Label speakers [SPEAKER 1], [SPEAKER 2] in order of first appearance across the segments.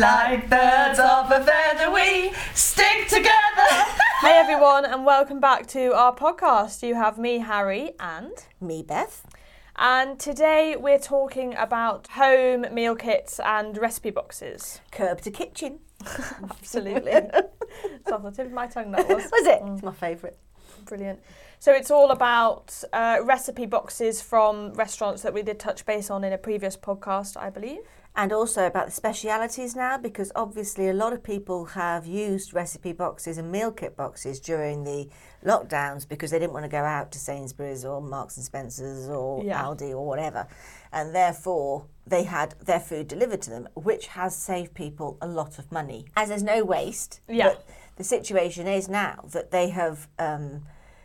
[SPEAKER 1] Like birds of a feather, we stick together.
[SPEAKER 2] Hey everyone, and welcome back to our podcast. You have me, Harry, and
[SPEAKER 3] Me, Beth.
[SPEAKER 2] and today we're talking about home meal kits and recipe boxes.
[SPEAKER 3] Curb to kitchen.
[SPEAKER 2] Absolutely, it's off the tip of my tongue. That was
[SPEAKER 3] Was it? It's my favourite.
[SPEAKER 2] brilliant. So it's all about uh, recipe boxes from restaurants that we did touch base on in a previous podcast, I believe.
[SPEAKER 3] And also about the specialities now, because obviously a lot of people have used recipe boxes and meal kit boxes during the lockdowns because they didn't want to go out to Sainsbury's or Marks and Spencers or
[SPEAKER 2] Yeah.
[SPEAKER 3] Aldi or whatever, and therefore they had their food delivered to them, which has saved people a lot of money. As there's no waste,
[SPEAKER 2] Yeah.
[SPEAKER 3] but the situation is now that they have. Um,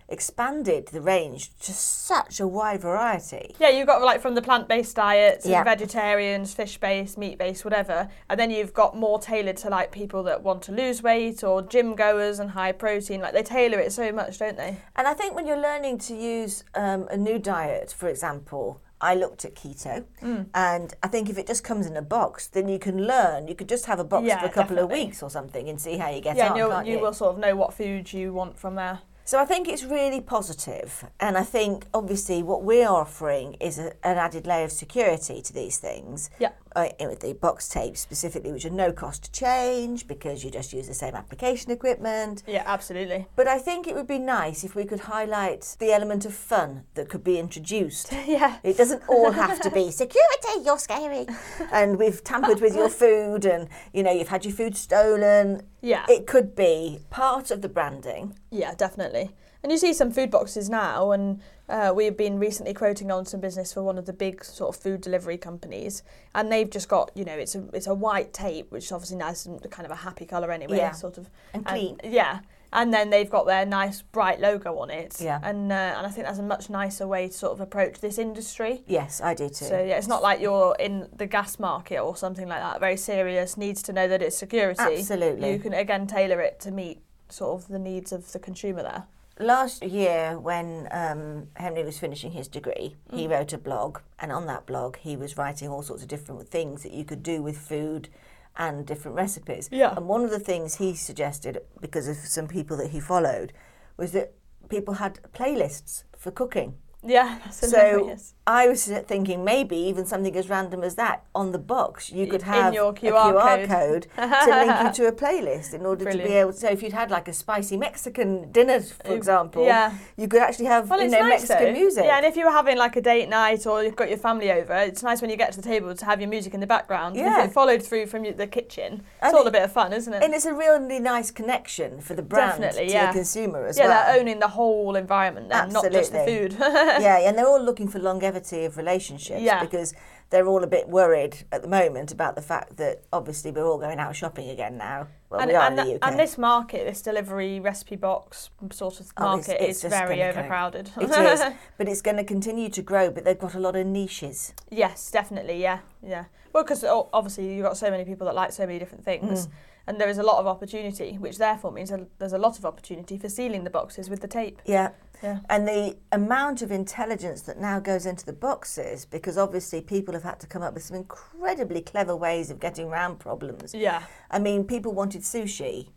[SPEAKER 3] expanded the range to such a wide variety
[SPEAKER 2] Yeah, you've got like from the plant-based diets, and
[SPEAKER 3] Yeah.
[SPEAKER 2] vegetarians, fish-based, meat-based, whatever, and then you've got more tailored to like people that want to lose weight or gym goers and high protein. Like they tailor it so much, don't they?
[SPEAKER 3] And I think when you're learning to use um, a new diet, for example, I looked at keto,
[SPEAKER 2] Mm.
[SPEAKER 3] and I think if it just comes in a box, then you can learn. You could just have a box
[SPEAKER 2] Yeah,
[SPEAKER 3] for a couple
[SPEAKER 2] definitely.
[SPEAKER 3] of weeks or something and see how you get
[SPEAKER 2] yeah,
[SPEAKER 3] on,
[SPEAKER 2] and you'll,
[SPEAKER 3] can't
[SPEAKER 2] you,
[SPEAKER 3] you?
[SPEAKER 2] will sort of know what food you want from there.
[SPEAKER 3] So I think it's really positive, and I think obviously what we're offering is a, an added layer of security to these things.
[SPEAKER 2] Yeah.
[SPEAKER 3] Uh, and with the box tapes specifically, which are no cost to change because you just use the same application equipment.
[SPEAKER 2] Yeah, absolutely.
[SPEAKER 3] But I think it would be nice if we could highlight the element of fun that could be introduced.
[SPEAKER 2] Yeah.
[SPEAKER 3] It doesn't all have to be security, you're scary, and we've tampered with your food, and you know, you've had your food stolen.
[SPEAKER 2] Yeah.
[SPEAKER 3] It could be part of the branding.
[SPEAKER 2] Yeah, definitely. And you see some food boxes now, and uh, we've been recently quoting on some business for one of the big sort of food delivery companies, and they've just got you know it's a it's a white tape, which is obviously nice and kind of a happy colour anyway,
[SPEAKER 3] Yeah.
[SPEAKER 2] sort of
[SPEAKER 3] And clean.
[SPEAKER 2] yeah, and then they've got their nice bright logo on it.
[SPEAKER 3] Yeah.
[SPEAKER 2] and uh, and I think that's a much nicer way to sort of approach this industry.
[SPEAKER 3] Yes, I do too.
[SPEAKER 2] So yeah, it's not like you're in the gas market or something like that. Very serious needs to know that it's security.
[SPEAKER 3] Absolutely.
[SPEAKER 2] you can again tailor it to meet sort of the needs of the consumer there.
[SPEAKER 3] Last year, when um, Henry was finishing his degree,
[SPEAKER 2] Mm.
[SPEAKER 3] he wrote a blog, and on that blog, he was writing all sorts of different things that you could do with food and different recipes.
[SPEAKER 2] Yeah.
[SPEAKER 3] And one of the things he suggested, because of some people that he followed, was that people had playlists for cooking.
[SPEAKER 2] Yeah, that's
[SPEAKER 3] So
[SPEAKER 2] hilarious.
[SPEAKER 3] I was thinking maybe even something as random as that on the box you could
[SPEAKER 2] In
[SPEAKER 3] have
[SPEAKER 2] your
[SPEAKER 3] a
[SPEAKER 2] QR
[SPEAKER 3] QR
[SPEAKER 2] code.
[SPEAKER 3] code to link you to a playlist in order to be
[SPEAKER 2] Brilliant. Uh,
[SPEAKER 3] able. So if you'd had like a spicy Mexican dinner, for example,
[SPEAKER 2] yeah.
[SPEAKER 3] you could actually have
[SPEAKER 2] well,
[SPEAKER 3] you
[SPEAKER 2] it's
[SPEAKER 3] know
[SPEAKER 2] nice
[SPEAKER 3] Mexican
[SPEAKER 2] though.
[SPEAKER 3] music.
[SPEAKER 2] Yeah, and if you were having like a date night or you've got your family over, it's nice when you get to the table to have your music in the background. And
[SPEAKER 3] Yeah.
[SPEAKER 2] if it followed through from y- the kitchen, it's
[SPEAKER 3] And
[SPEAKER 2] all
[SPEAKER 3] it-
[SPEAKER 2] a bit of fun, isn't it?
[SPEAKER 3] And it's a really nice connection for the brand
[SPEAKER 2] Definitely,
[SPEAKER 3] to
[SPEAKER 2] yeah.
[SPEAKER 3] the consumer as
[SPEAKER 2] yeah,
[SPEAKER 3] well.
[SPEAKER 2] they're owning the whole environment then, not just the
[SPEAKER 3] Absolutely.
[SPEAKER 2] food.
[SPEAKER 3] yeah, and they're all looking for longevity of relationships
[SPEAKER 2] Yeah.
[SPEAKER 3] because they're all a bit worried at the moment about the fact that obviously we're all going out shopping again now. Well,
[SPEAKER 2] and,
[SPEAKER 3] we are
[SPEAKER 2] and,
[SPEAKER 3] in the
[SPEAKER 2] th-
[SPEAKER 3] UK.
[SPEAKER 2] and this market, this delivery recipe box sort of
[SPEAKER 3] Oh, it's-
[SPEAKER 2] market
[SPEAKER 3] it's
[SPEAKER 2] is
[SPEAKER 3] just
[SPEAKER 2] very
[SPEAKER 3] gonna go.
[SPEAKER 2] overcrowded.
[SPEAKER 3] it is, but it's going to continue to grow. But they've got a lot of niches.
[SPEAKER 2] Yes, definitely. Yeah, yeah. Well, because obviously you've got so many people that like so many different
[SPEAKER 3] Mm.
[SPEAKER 2] things, and there is a lot of opportunity, which therefore means that there's a lot of opportunity for sealing the boxes with the tape.
[SPEAKER 3] Yeah.
[SPEAKER 2] Yeah.
[SPEAKER 3] And the amount of intelligence that now goes into the boxes, because obviously people have had to come up with some incredibly clever ways of getting around problems.
[SPEAKER 2] Yeah.
[SPEAKER 3] I mean, people wanted sushi.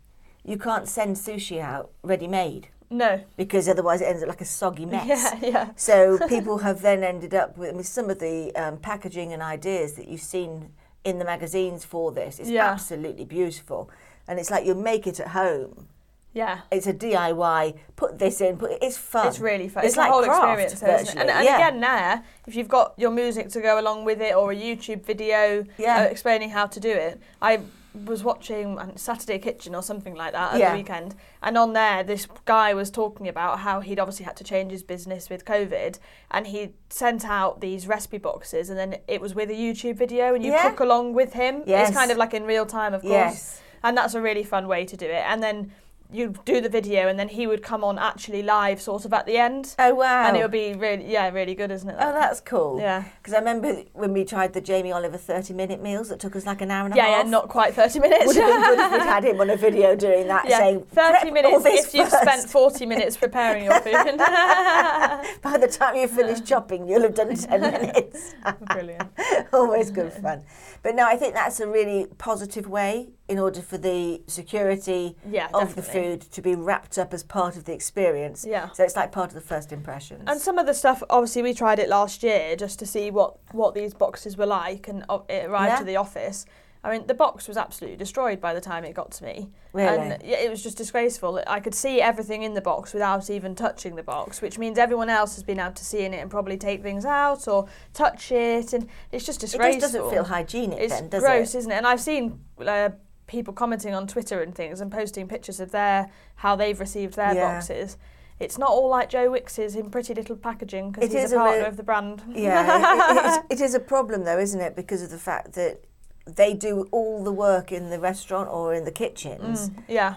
[SPEAKER 3] You can't send sushi out ready made
[SPEAKER 2] No.
[SPEAKER 3] because otherwise it ends up like a soggy mess.
[SPEAKER 2] Yeah, yeah.
[SPEAKER 3] So people have then ended up with I mean, some of the um, packaging and ideas that you've seen in the magazines for this. It's
[SPEAKER 2] Yeah.
[SPEAKER 3] absolutely beautiful. And it's like you make it at home.
[SPEAKER 2] Yeah.
[SPEAKER 3] It's a DIY. Put this in. Put it's fun.
[SPEAKER 2] It's really fun.
[SPEAKER 3] It's,
[SPEAKER 2] It's,
[SPEAKER 3] like
[SPEAKER 2] a whole
[SPEAKER 3] craft,
[SPEAKER 2] experience, though, isn't it?
[SPEAKER 3] virtually.
[SPEAKER 2] And, and
[SPEAKER 3] yeah.
[SPEAKER 2] again, there, if you've got your music to go along with it or a YouTube video uh,
[SPEAKER 3] Yeah.
[SPEAKER 2] explaining how to do it, I was watching um, Saturday Kitchen or something like that at
[SPEAKER 3] Yeah.
[SPEAKER 2] the weekend, and on there, this guy was talking about how he'd obviously had to change his business with COVID, and he sent out these recipe boxes, and then it was with a YouTube video, and you
[SPEAKER 3] Yeah.
[SPEAKER 2] cook along with him.
[SPEAKER 3] Yes.
[SPEAKER 2] It's kind of like in real time, of course
[SPEAKER 3] yes,
[SPEAKER 2] and that's a really fun way to do it. And then you do the video and then he would come on actually live sort of at the end.
[SPEAKER 3] Oh wow!
[SPEAKER 2] And it would be really yeah, really good, isn't it?
[SPEAKER 3] Oh, that's cool.
[SPEAKER 2] Yeah.
[SPEAKER 3] Because I remember when we tried the Jamie Oliver 30 minute meals that took us like an hour and a
[SPEAKER 2] yeah,
[SPEAKER 3] half.
[SPEAKER 2] yeah, not quite 30 minutes.
[SPEAKER 3] Would have been good if we'd had him on a video doing that
[SPEAKER 2] yeah,
[SPEAKER 3] saying,
[SPEAKER 2] 30
[SPEAKER 3] "Prep all
[SPEAKER 2] minutes
[SPEAKER 3] this
[SPEAKER 2] if you've
[SPEAKER 3] first."
[SPEAKER 2] spent 40 minutes preparing your food.
[SPEAKER 3] By the time you finish chopping, you'll have done 10 minutes.
[SPEAKER 2] Brilliant.
[SPEAKER 3] Always good fun. But no, I think that's a really positive way in order for the security
[SPEAKER 2] Yeah,
[SPEAKER 3] of the
[SPEAKER 2] definitely.
[SPEAKER 3] food to be wrapped up as part of the experience.
[SPEAKER 2] Yeah.
[SPEAKER 3] So it's like part of the first impressions.
[SPEAKER 2] And some of the stuff, obviously, we tried it last year just to see what, what these boxes were like, and o- it arrived
[SPEAKER 3] Yeah.
[SPEAKER 2] to the office. I mean, the box was absolutely destroyed by the time it got to me.
[SPEAKER 3] Really?
[SPEAKER 2] And yeah, it was just disgraceful. I could see everything in the box without even touching the box, which means everyone else has been able to see in it and probably take things out or touch it, and it's just
[SPEAKER 3] it
[SPEAKER 2] disgraceful.
[SPEAKER 3] just doesn't feel hygienic
[SPEAKER 2] it's
[SPEAKER 3] then, does
[SPEAKER 2] gross,
[SPEAKER 3] it?
[SPEAKER 2] isn't it? And I've seen uh, people commenting on Twitter and things and posting pictures of their how they've received their
[SPEAKER 3] Yeah.
[SPEAKER 2] boxes. It's not all like Joe Wicks's in pretty little packaging because
[SPEAKER 3] It
[SPEAKER 2] he's
[SPEAKER 3] is
[SPEAKER 2] a
[SPEAKER 3] a
[SPEAKER 2] partner
[SPEAKER 3] real-
[SPEAKER 2] of the brand.
[SPEAKER 3] yeah, it- it, it, it is a problem though, isn't it? Because of the fact that they do all the work in the restaurant or in the kitchens,
[SPEAKER 2] yeah,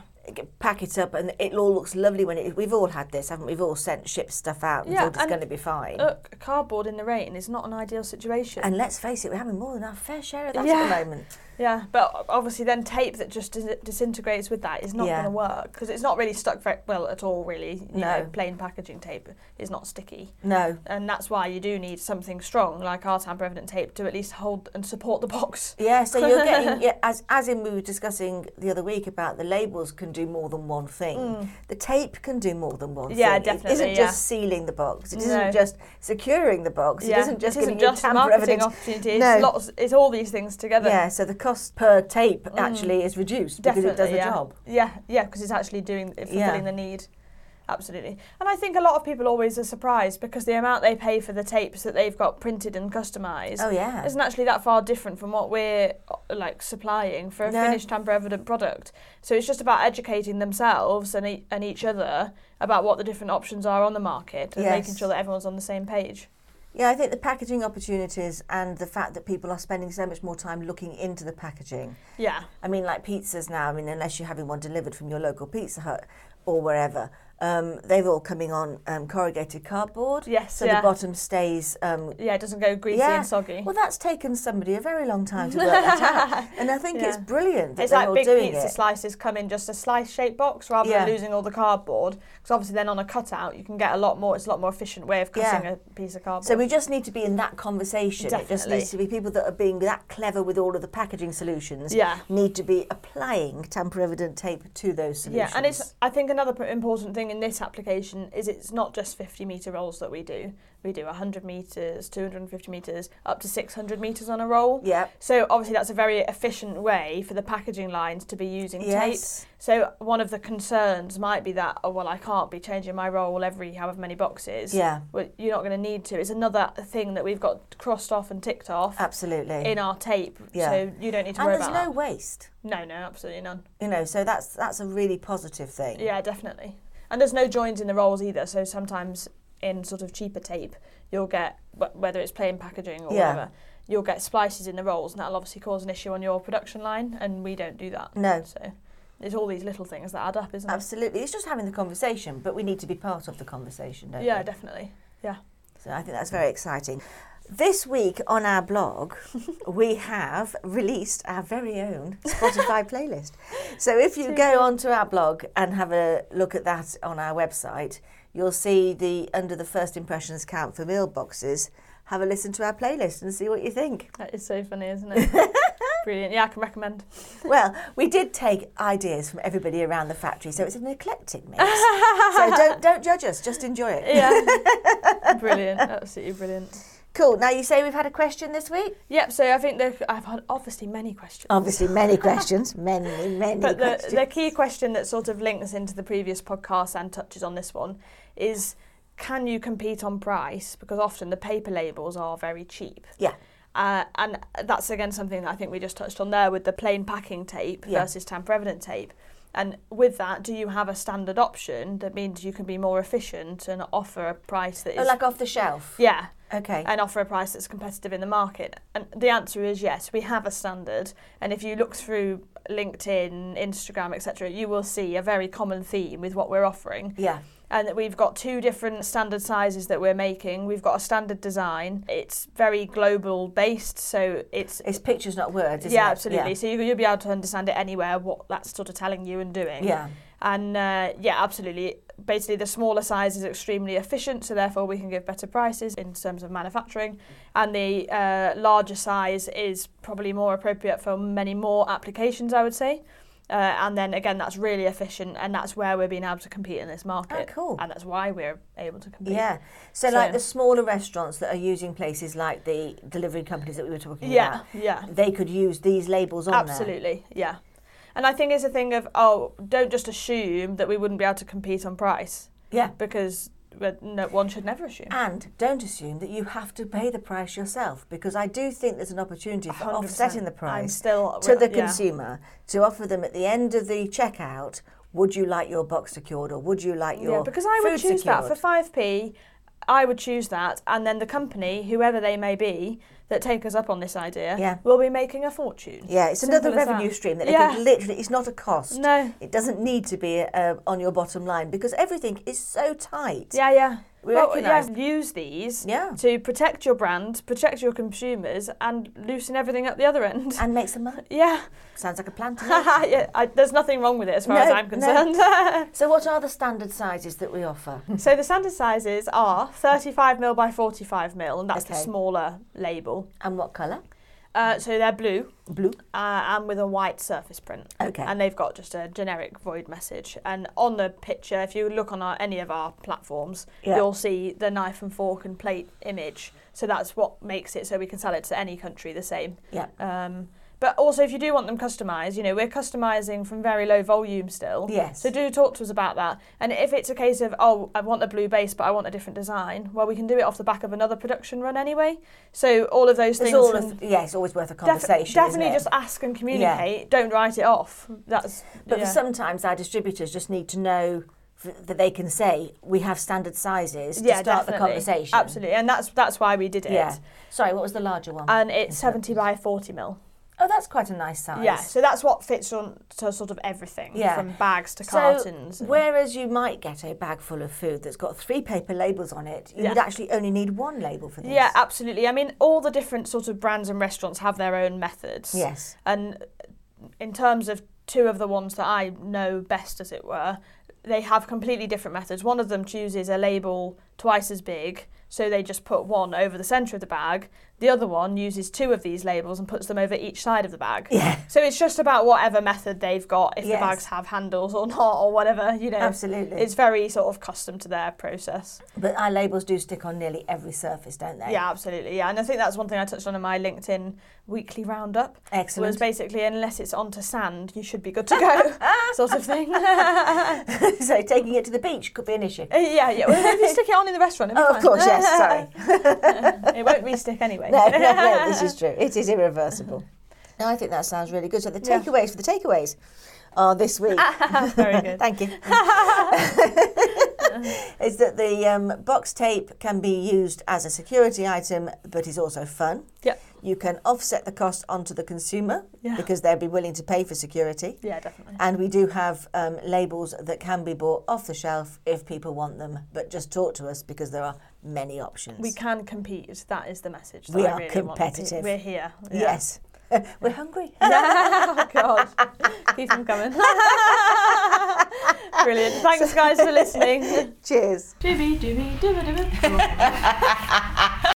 [SPEAKER 3] pack it up, and it all looks lovely when it. We've all had this, haven't we? We've all sent shipped stuff out and
[SPEAKER 2] Yeah,
[SPEAKER 3] thought it's
[SPEAKER 2] and- uh,
[SPEAKER 3] going to be fine.
[SPEAKER 2] look, cardboard in the rain is not an ideal situation.
[SPEAKER 3] and let's face it, we're having more than our fair share of that
[SPEAKER 2] Yeah.
[SPEAKER 3] at the moment.
[SPEAKER 2] yeah, but obviously then tape that just dis- disintegrates with that is not
[SPEAKER 3] Yeah.
[SPEAKER 2] going to work because it's not really stuck very well at all. Really, you know,
[SPEAKER 3] No.
[SPEAKER 2] plain packaging tape is not sticky.
[SPEAKER 3] No.
[SPEAKER 2] and that's why you do need something strong like our tamper evident tape to at least hold and support the box.
[SPEAKER 3] Yeah, so you're getting yeah, as as in we were discussing the other week about the labels can do more than one thing. The tape can do more than one
[SPEAKER 2] Mm. Yeah,
[SPEAKER 3] thing. It
[SPEAKER 2] definitely,
[SPEAKER 3] isn't
[SPEAKER 2] yeah.
[SPEAKER 3] just sealing the box. It
[SPEAKER 2] No.
[SPEAKER 3] not just securing the box.
[SPEAKER 2] Yeah,
[SPEAKER 3] It isn't just
[SPEAKER 2] it isn't
[SPEAKER 3] giving
[SPEAKER 2] just
[SPEAKER 3] you
[SPEAKER 2] a
[SPEAKER 3] tamper
[SPEAKER 2] marketing
[SPEAKER 3] evidence.
[SPEAKER 2] opportunity. It's
[SPEAKER 3] No.
[SPEAKER 2] lots. It's all these things together.
[SPEAKER 3] Yeah, so the cost per tape actually is reduced
[SPEAKER 2] Mm. definitely.
[SPEAKER 3] because it does the
[SPEAKER 2] yeah.
[SPEAKER 3] job.
[SPEAKER 2] Yeah, yeah, because it's actually doing fulfilling
[SPEAKER 3] Yeah.
[SPEAKER 2] the need. Absolutely, and I think a lot of people always are surprised because the amount they pay for the tapes that they've got printed and customised
[SPEAKER 3] Oh yeah.
[SPEAKER 2] isn't actually that far different from what we're uh, like supplying for a
[SPEAKER 3] No.
[SPEAKER 2] finished tamper evident product. So it's just about educating themselves and, e- and each other about what the different options are on the market and making
[SPEAKER 3] Yes.
[SPEAKER 2] sure that everyone's on the same page.
[SPEAKER 3] Yeah, I think the packaging opportunities and the fact that people are spending so much more time looking into the packaging.
[SPEAKER 2] Yeah,
[SPEAKER 3] I mean, like pizzas now. I mean, unless you're having one delivered from your local Pizza Hut or wherever, um, they're all coming on um, corrugated cardboard.
[SPEAKER 2] Yes,
[SPEAKER 3] So
[SPEAKER 2] yeah.
[SPEAKER 3] the bottom stays. Um,
[SPEAKER 2] yeah, it doesn't go greasy
[SPEAKER 3] yeah.
[SPEAKER 2] and soggy.
[SPEAKER 3] Well, that's taken somebody a very long time to work that out, and I think it's
[SPEAKER 2] Yeah.
[SPEAKER 3] brilliant that
[SPEAKER 2] it's
[SPEAKER 3] they're
[SPEAKER 2] like
[SPEAKER 3] all
[SPEAKER 2] big
[SPEAKER 3] doing
[SPEAKER 2] pizza
[SPEAKER 3] it.
[SPEAKER 2] slices come in just a slice shaped box rather than
[SPEAKER 3] Yeah.
[SPEAKER 2] losing all the cardboard. Because obviously, then on a cutout, you can get a lot more. It's a lot more efficient way of
[SPEAKER 3] Yeah.
[SPEAKER 2] cutting a piece of cardboard.
[SPEAKER 3] So we just need to be in that conversation. It just
[SPEAKER 2] Definitely.
[SPEAKER 3] needs to be people that are being that clever with all of the packaging solutions.
[SPEAKER 2] Yeah.
[SPEAKER 3] Need to be applying tamper evident tape to those solutions.
[SPEAKER 2] Yeah, and it's. I think another pr- important thing in this application is it's not just 50 meter rolls that we do. We do 100 meters, 250 meters, up to 600 meters on a roll.
[SPEAKER 3] yeah.
[SPEAKER 2] So obviously that's a very efficient way for the packaging lines to be using
[SPEAKER 3] Yes.
[SPEAKER 2] tape. So one of the concerns might be that oh well I can't be changing my roll every however many boxes.
[SPEAKER 3] Yeah.
[SPEAKER 2] Well, you're not going to need to. It's another thing that we've got crossed off and ticked off
[SPEAKER 3] Absolutely.
[SPEAKER 2] in our tape.
[SPEAKER 3] Yeah.
[SPEAKER 2] So you don't need to
[SPEAKER 3] and
[SPEAKER 2] worry
[SPEAKER 3] there's
[SPEAKER 2] about
[SPEAKER 3] no waste.
[SPEAKER 2] that. No, no, absolutely none.
[SPEAKER 3] You know, so that's that's a really positive thing.
[SPEAKER 2] Yeah, definitely. And there's no joins in the rolls either. So sometimes in sort of cheaper tape, you'll get wh- whether it's plain packaging or
[SPEAKER 3] Yeah.
[SPEAKER 2] whatever, you'll get splices in the rolls, and that'll obviously cause an issue on your production line. And we don't do that.
[SPEAKER 3] No.
[SPEAKER 2] So it's all these little things that add up, isn't
[SPEAKER 3] Absolutely. It's just having the conversation, but we need to be part of the conversation, don't
[SPEAKER 2] it? Yeah,
[SPEAKER 3] we?
[SPEAKER 2] definitely. Yeah.
[SPEAKER 3] So I think that's very exciting. This week on our blog, we have released our very own Spotify playlist. So if you go onto our blog and have a look at that on our website, you'll see the under the first impressions count for meal boxes. Have a listen to our playlist and see what you think.
[SPEAKER 2] That is so funny, isn't it? Brilliant. Yeah, I can recommend.
[SPEAKER 3] Well, we did take ideas from everybody around the factory, so it's an eclectic mix. so don't don't judge us, just enjoy it.
[SPEAKER 2] Yeah. brilliant. Absolutely brilliant.
[SPEAKER 3] Cool. Now you say we've had a question this week.
[SPEAKER 2] Yep. So I think there, I've had obviously many questions.
[SPEAKER 3] Obviously, many questions, many many
[SPEAKER 2] But the,
[SPEAKER 3] questions.
[SPEAKER 2] the key question that sort of links into the previous podcast and touches on this one is can you compete on price? Because often the paper labels are very cheap.
[SPEAKER 3] yeah,
[SPEAKER 2] Uh, and that's again something that I think we just touched on there with the plain packing tape
[SPEAKER 3] Yeah.
[SPEAKER 2] versus tamper evident tape. And with that, do you have a standard option that means you can be more efficient and offer a price that is.
[SPEAKER 3] oh, like off the shelf.
[SPEAKER 2] yeah.
[SPEAKER 3] Okay.
[SPEAKER 2] and offer a price that's competitive in the market? And the answer is yes, we have a standard. And if you look through LinkedIn, Instagram, etc., you will see a very common theme with what we're offering.
[SPEAKER 3] yeah.
[SPEAKER 2] And that we've got two different standard sizes that we're making. We've got a standard design. It's very global based, so it's
[SPEAKER 3] It's pictures, not words, isn't
[SPEAKER 2] yeah,
[SPEAKER 3] it?
[SPEAKER 2] absolutely. So you, you'll be able to understand it anywhere what that's sort of telling you and doing.
[SPEAKER 3] Yeah.
[SPEAKER 2] And uh, yeah, absolutely. Basically, the smaller size is extremely efficient, so therefore we can give better prices in terms of manufacturing. And the uh, larger size is probably more appropriate for many more applications, I would say. Uh, and then again, that's really efficient, and that's where we're being able to compete in this market.
[SPEAKER 3] Oh, cool.
[SPEAKER 2] And that's why we're able to compete.
[SPEAKER 3] Yeah. So,
[SPEAKER 2] So-
[SPEAKER 3] like the smaller restaurants that are using places like the delivery companies that we were talking
[SPEAKER 2] Yeah, yeah.
[SPEAKER 3] about, they could use these labels on there.
[SPEAKER 2] Absolutely, yeah. And I think it's a thing of oh, don't just assume that we wouldn't be able to compete on price
[SPEAKER 3] Yeah.
[SPEAKER 2] because well, no one should never assume.
[SPEAKER 3] And don't assume that you have to pay the price yourself because I do think there's an opportunity for
[SPEAKER 2] 100%.
[SPEAKER 3] offsetting the price
[SPEAKER 2] I'm still
[SPEAKER 3] to the
[SPEAKER 2] yeah.
[SPEAKER 3] consumer to offer them at the end of the checkout. Would you like your box secured or would you like your
[SPEAKER 2] Yeah, because I would
[SPEAKER 3] food
[SPEAKER 2] choose that for
[SPEAKER 3] secured?
[SPEAKER 2] five p. I would choose that, and then the company, whoever they may be, that take us up on this idea,
[SPEAKER 3] Yeah.
[SPEAKER 2] will be making a fortune.
[SPEAKER 3] yeah, it's
[SPEAKER 2] Simple
[SPEAKER 3] another
[SPEAKER 2] as that.
[SPEAKER 3] revenue stream that
[SPEAKER 2] Yeah.
[SPEAKER 3] they could literally. It's not a cost.
[SPEAKER 2] No.
[SPEAKER 3] it doesn't need to be uh, on your bottom line because everything is so tight.
[SPEAKER 2] Yeah, yeah.
[SPEAKER 3] We
[SPEAKER 2] well, yeah,
[SPEAKER 3] recognise-
[SPEAKER 2] use these
[SPEAKER 3] Yeah.
[SPEAKER 2] to protect your brand, protect your consumers, and loosen everything up the other end.
[SPEAKER 3] and make some money.
[SPEAKER 2] yeah.
[SPEAKER 3] Sounds like a plan to me.
[SPEAKER 2] yeah, I, there's nothing wrong with it as far as
[SPEAKER 3] No,
[SPEAKER 2] I'm
[SPEAKER 3] no.
[SPEAKER 2] concerned.
[SPEAKER 3] so, what are the standard sizes that we offer?
[SPEAKER 2] so the standard sizes are 35mm by 45mm, and that's the
[SPEAKER 3] Okay.
[SPEAKER 2] smaller label.
[SPEAKER 3] And what colour?
[SPEAKER 2] Uh, so they're blue
[SPEAKER 3] Blue.
[SPEAKER 2] uh, and with a white surface print.
[SPEAKER 3] Okay.
[SPEAKER 2] And they've got just a generic void message. And on the picture, if you look on our, any of our platforms,
[SPEAKER 3] Yeah.
[SPEAKER 2] you'll see the knife and fork and plate image. So that's what makes it so we can sell it to any country the same.
[SPEAKER 3] Yeah.
[SPEAKER 2] Um, but also, if you do want them customised, you know, we're customising from very low volume still.
[SPEAKER 3] Yes.
[SPEAKER 2] So do talk to us about that. And if it's a case of, oh, I want the blue base, but I want a different design, well, we can do it off the back of another production run anyway. So all of those
[SPEAKER 3] It's
[SPEAKER 2] things.
[SPEAKER 3] all
[SPEAKER 2] from-
[SPEAKER 3] a, yeah, it's always worth a
[SPEAKER 2] Defi-
[SPEAKER 3] conversation.
[SPEAKER 2] definitely
[SPEAKER 3] isn't it?
[SPEAKER 2] just ask and communicate. Don't write it off. That's
[SPEAKER 3] But
[SPEAKER 2] yeah.
[SPEAKER 3] sometimes our distributors just need to know f- that they can say we have standard sizes to
[SPEAKER 2] yeah,
[SPEAKER 3] start
[SPEAKER 2] definitely.
[SPEAKER 3] the conversation.
[SPEAKER 2] Absolutely, Uh, and that's that's why we did it.
[SPEAKER 3] Yeah. Sorry, what was the larger one?
[SPEAKER 2] And it's 70 by 40 mil.
[SPEAKER 3] oh, that's quite a nice size.
[SPEAKER 2] Yeah, so that's what fits on to sort of everything
[SPEAKER 3] Yeah.
[SPEAKER 2] from bags to
[SPEAKER 3] So,
[SPEAKER 2] cartons. and-
[SPEAKER 3] whereas you might get a bag full of food that's got three paper labels on it, you
[SPEAKER 2] Yeah.
[SPEAKER 3] would actually only need one label for this.
[SPEAKER 2] Yeah, absolutely. I mean, all the different sort of brands and restaurants have their own methods.
[SPEAKER 3] Yes.
[SPEAKER 2] And in terms of two of the ones that I know best, as it were, they have completely different methods. One of them chooses a label twice as big, so they just put one over the centre of the bag. The other one uses two of these labels and puts them over each side of the bag.
[SPEAKER 3] Yeah.
[SPEAKER 2] So it's just about whatever method they've got, if
[SPEAKER 3] Yes.
[SPEAKER 2] the bags have handles or not, or whatever, you know.
[SPEAKER 3] Absolutely.
[SPEAKER 2] It's very sort of custom to their process.
[SPEAKER 3] But our labels do stick on nearly every surface, don't they?
[SPEAKER 2] Yeah, absolutely. Yeah, and I think that's one thing I touched on in my LinkedIn weekly roundup. Was
[SPEAKER 3] Excellent.
[SPEAKER 2] basically unless it's onto sand, you should be good to go, sort of thing. yeah,
[SPEAKER 3] so taking it to the beach could be an issue.
[SPEAKER 2] yeah. Well, if you stick it on in the restaurant, it'll be
[SPEAKER 3] Oh, of
[SPEAKER 2] fine.
[SPEAKER 3] course, yes, sorry.
[SPEAKER 2] it won't re-stick anyway.
[SPEAKER 3] No, no, no, this is true. It is irreversible. No, I think that sounds really good. So the
[SPEAKER 2] Yeah.
[SPEAKER 3] takeaways for the takeaways are this week.
[SPEAKER 2] Very good.
[SPEAKER 3] Thank you. is that the um, box tape can be used as a security item, but is also fun.
[SPEAKER 2] Yep.
[SPEAKER 3] You can offset the cost onto the consumer
[SPEAKER 2] Yeah.
[SPEAKER 3] because they'll be willing to pay for security.
[SPEAKER 2] Yeah, definitely.
[SPEAKER 3] And we do have um, labels that can be bought off the shelf if people want them, but just talk to us because there are many options.
[SPEAKER 2] We can compete. That is the message. That
[SPEAKER 3] We
[SPEAKER 2] I
[SPEAKER 3] are
[SPEAKER 2] really want to be-
[SPEAKER 3] competitive.
[SPEAKER 2] We're here. Yeah.
[SPEAKER 3] Yes. We're hungry.
[SPEAKER 2] oh God, keep them coming. Brilliant. Thanks, guys, for listening.
[SPEAKER 3] Cheers.
[SPEAKER 2] Dibby, dibby, dibby, dibby.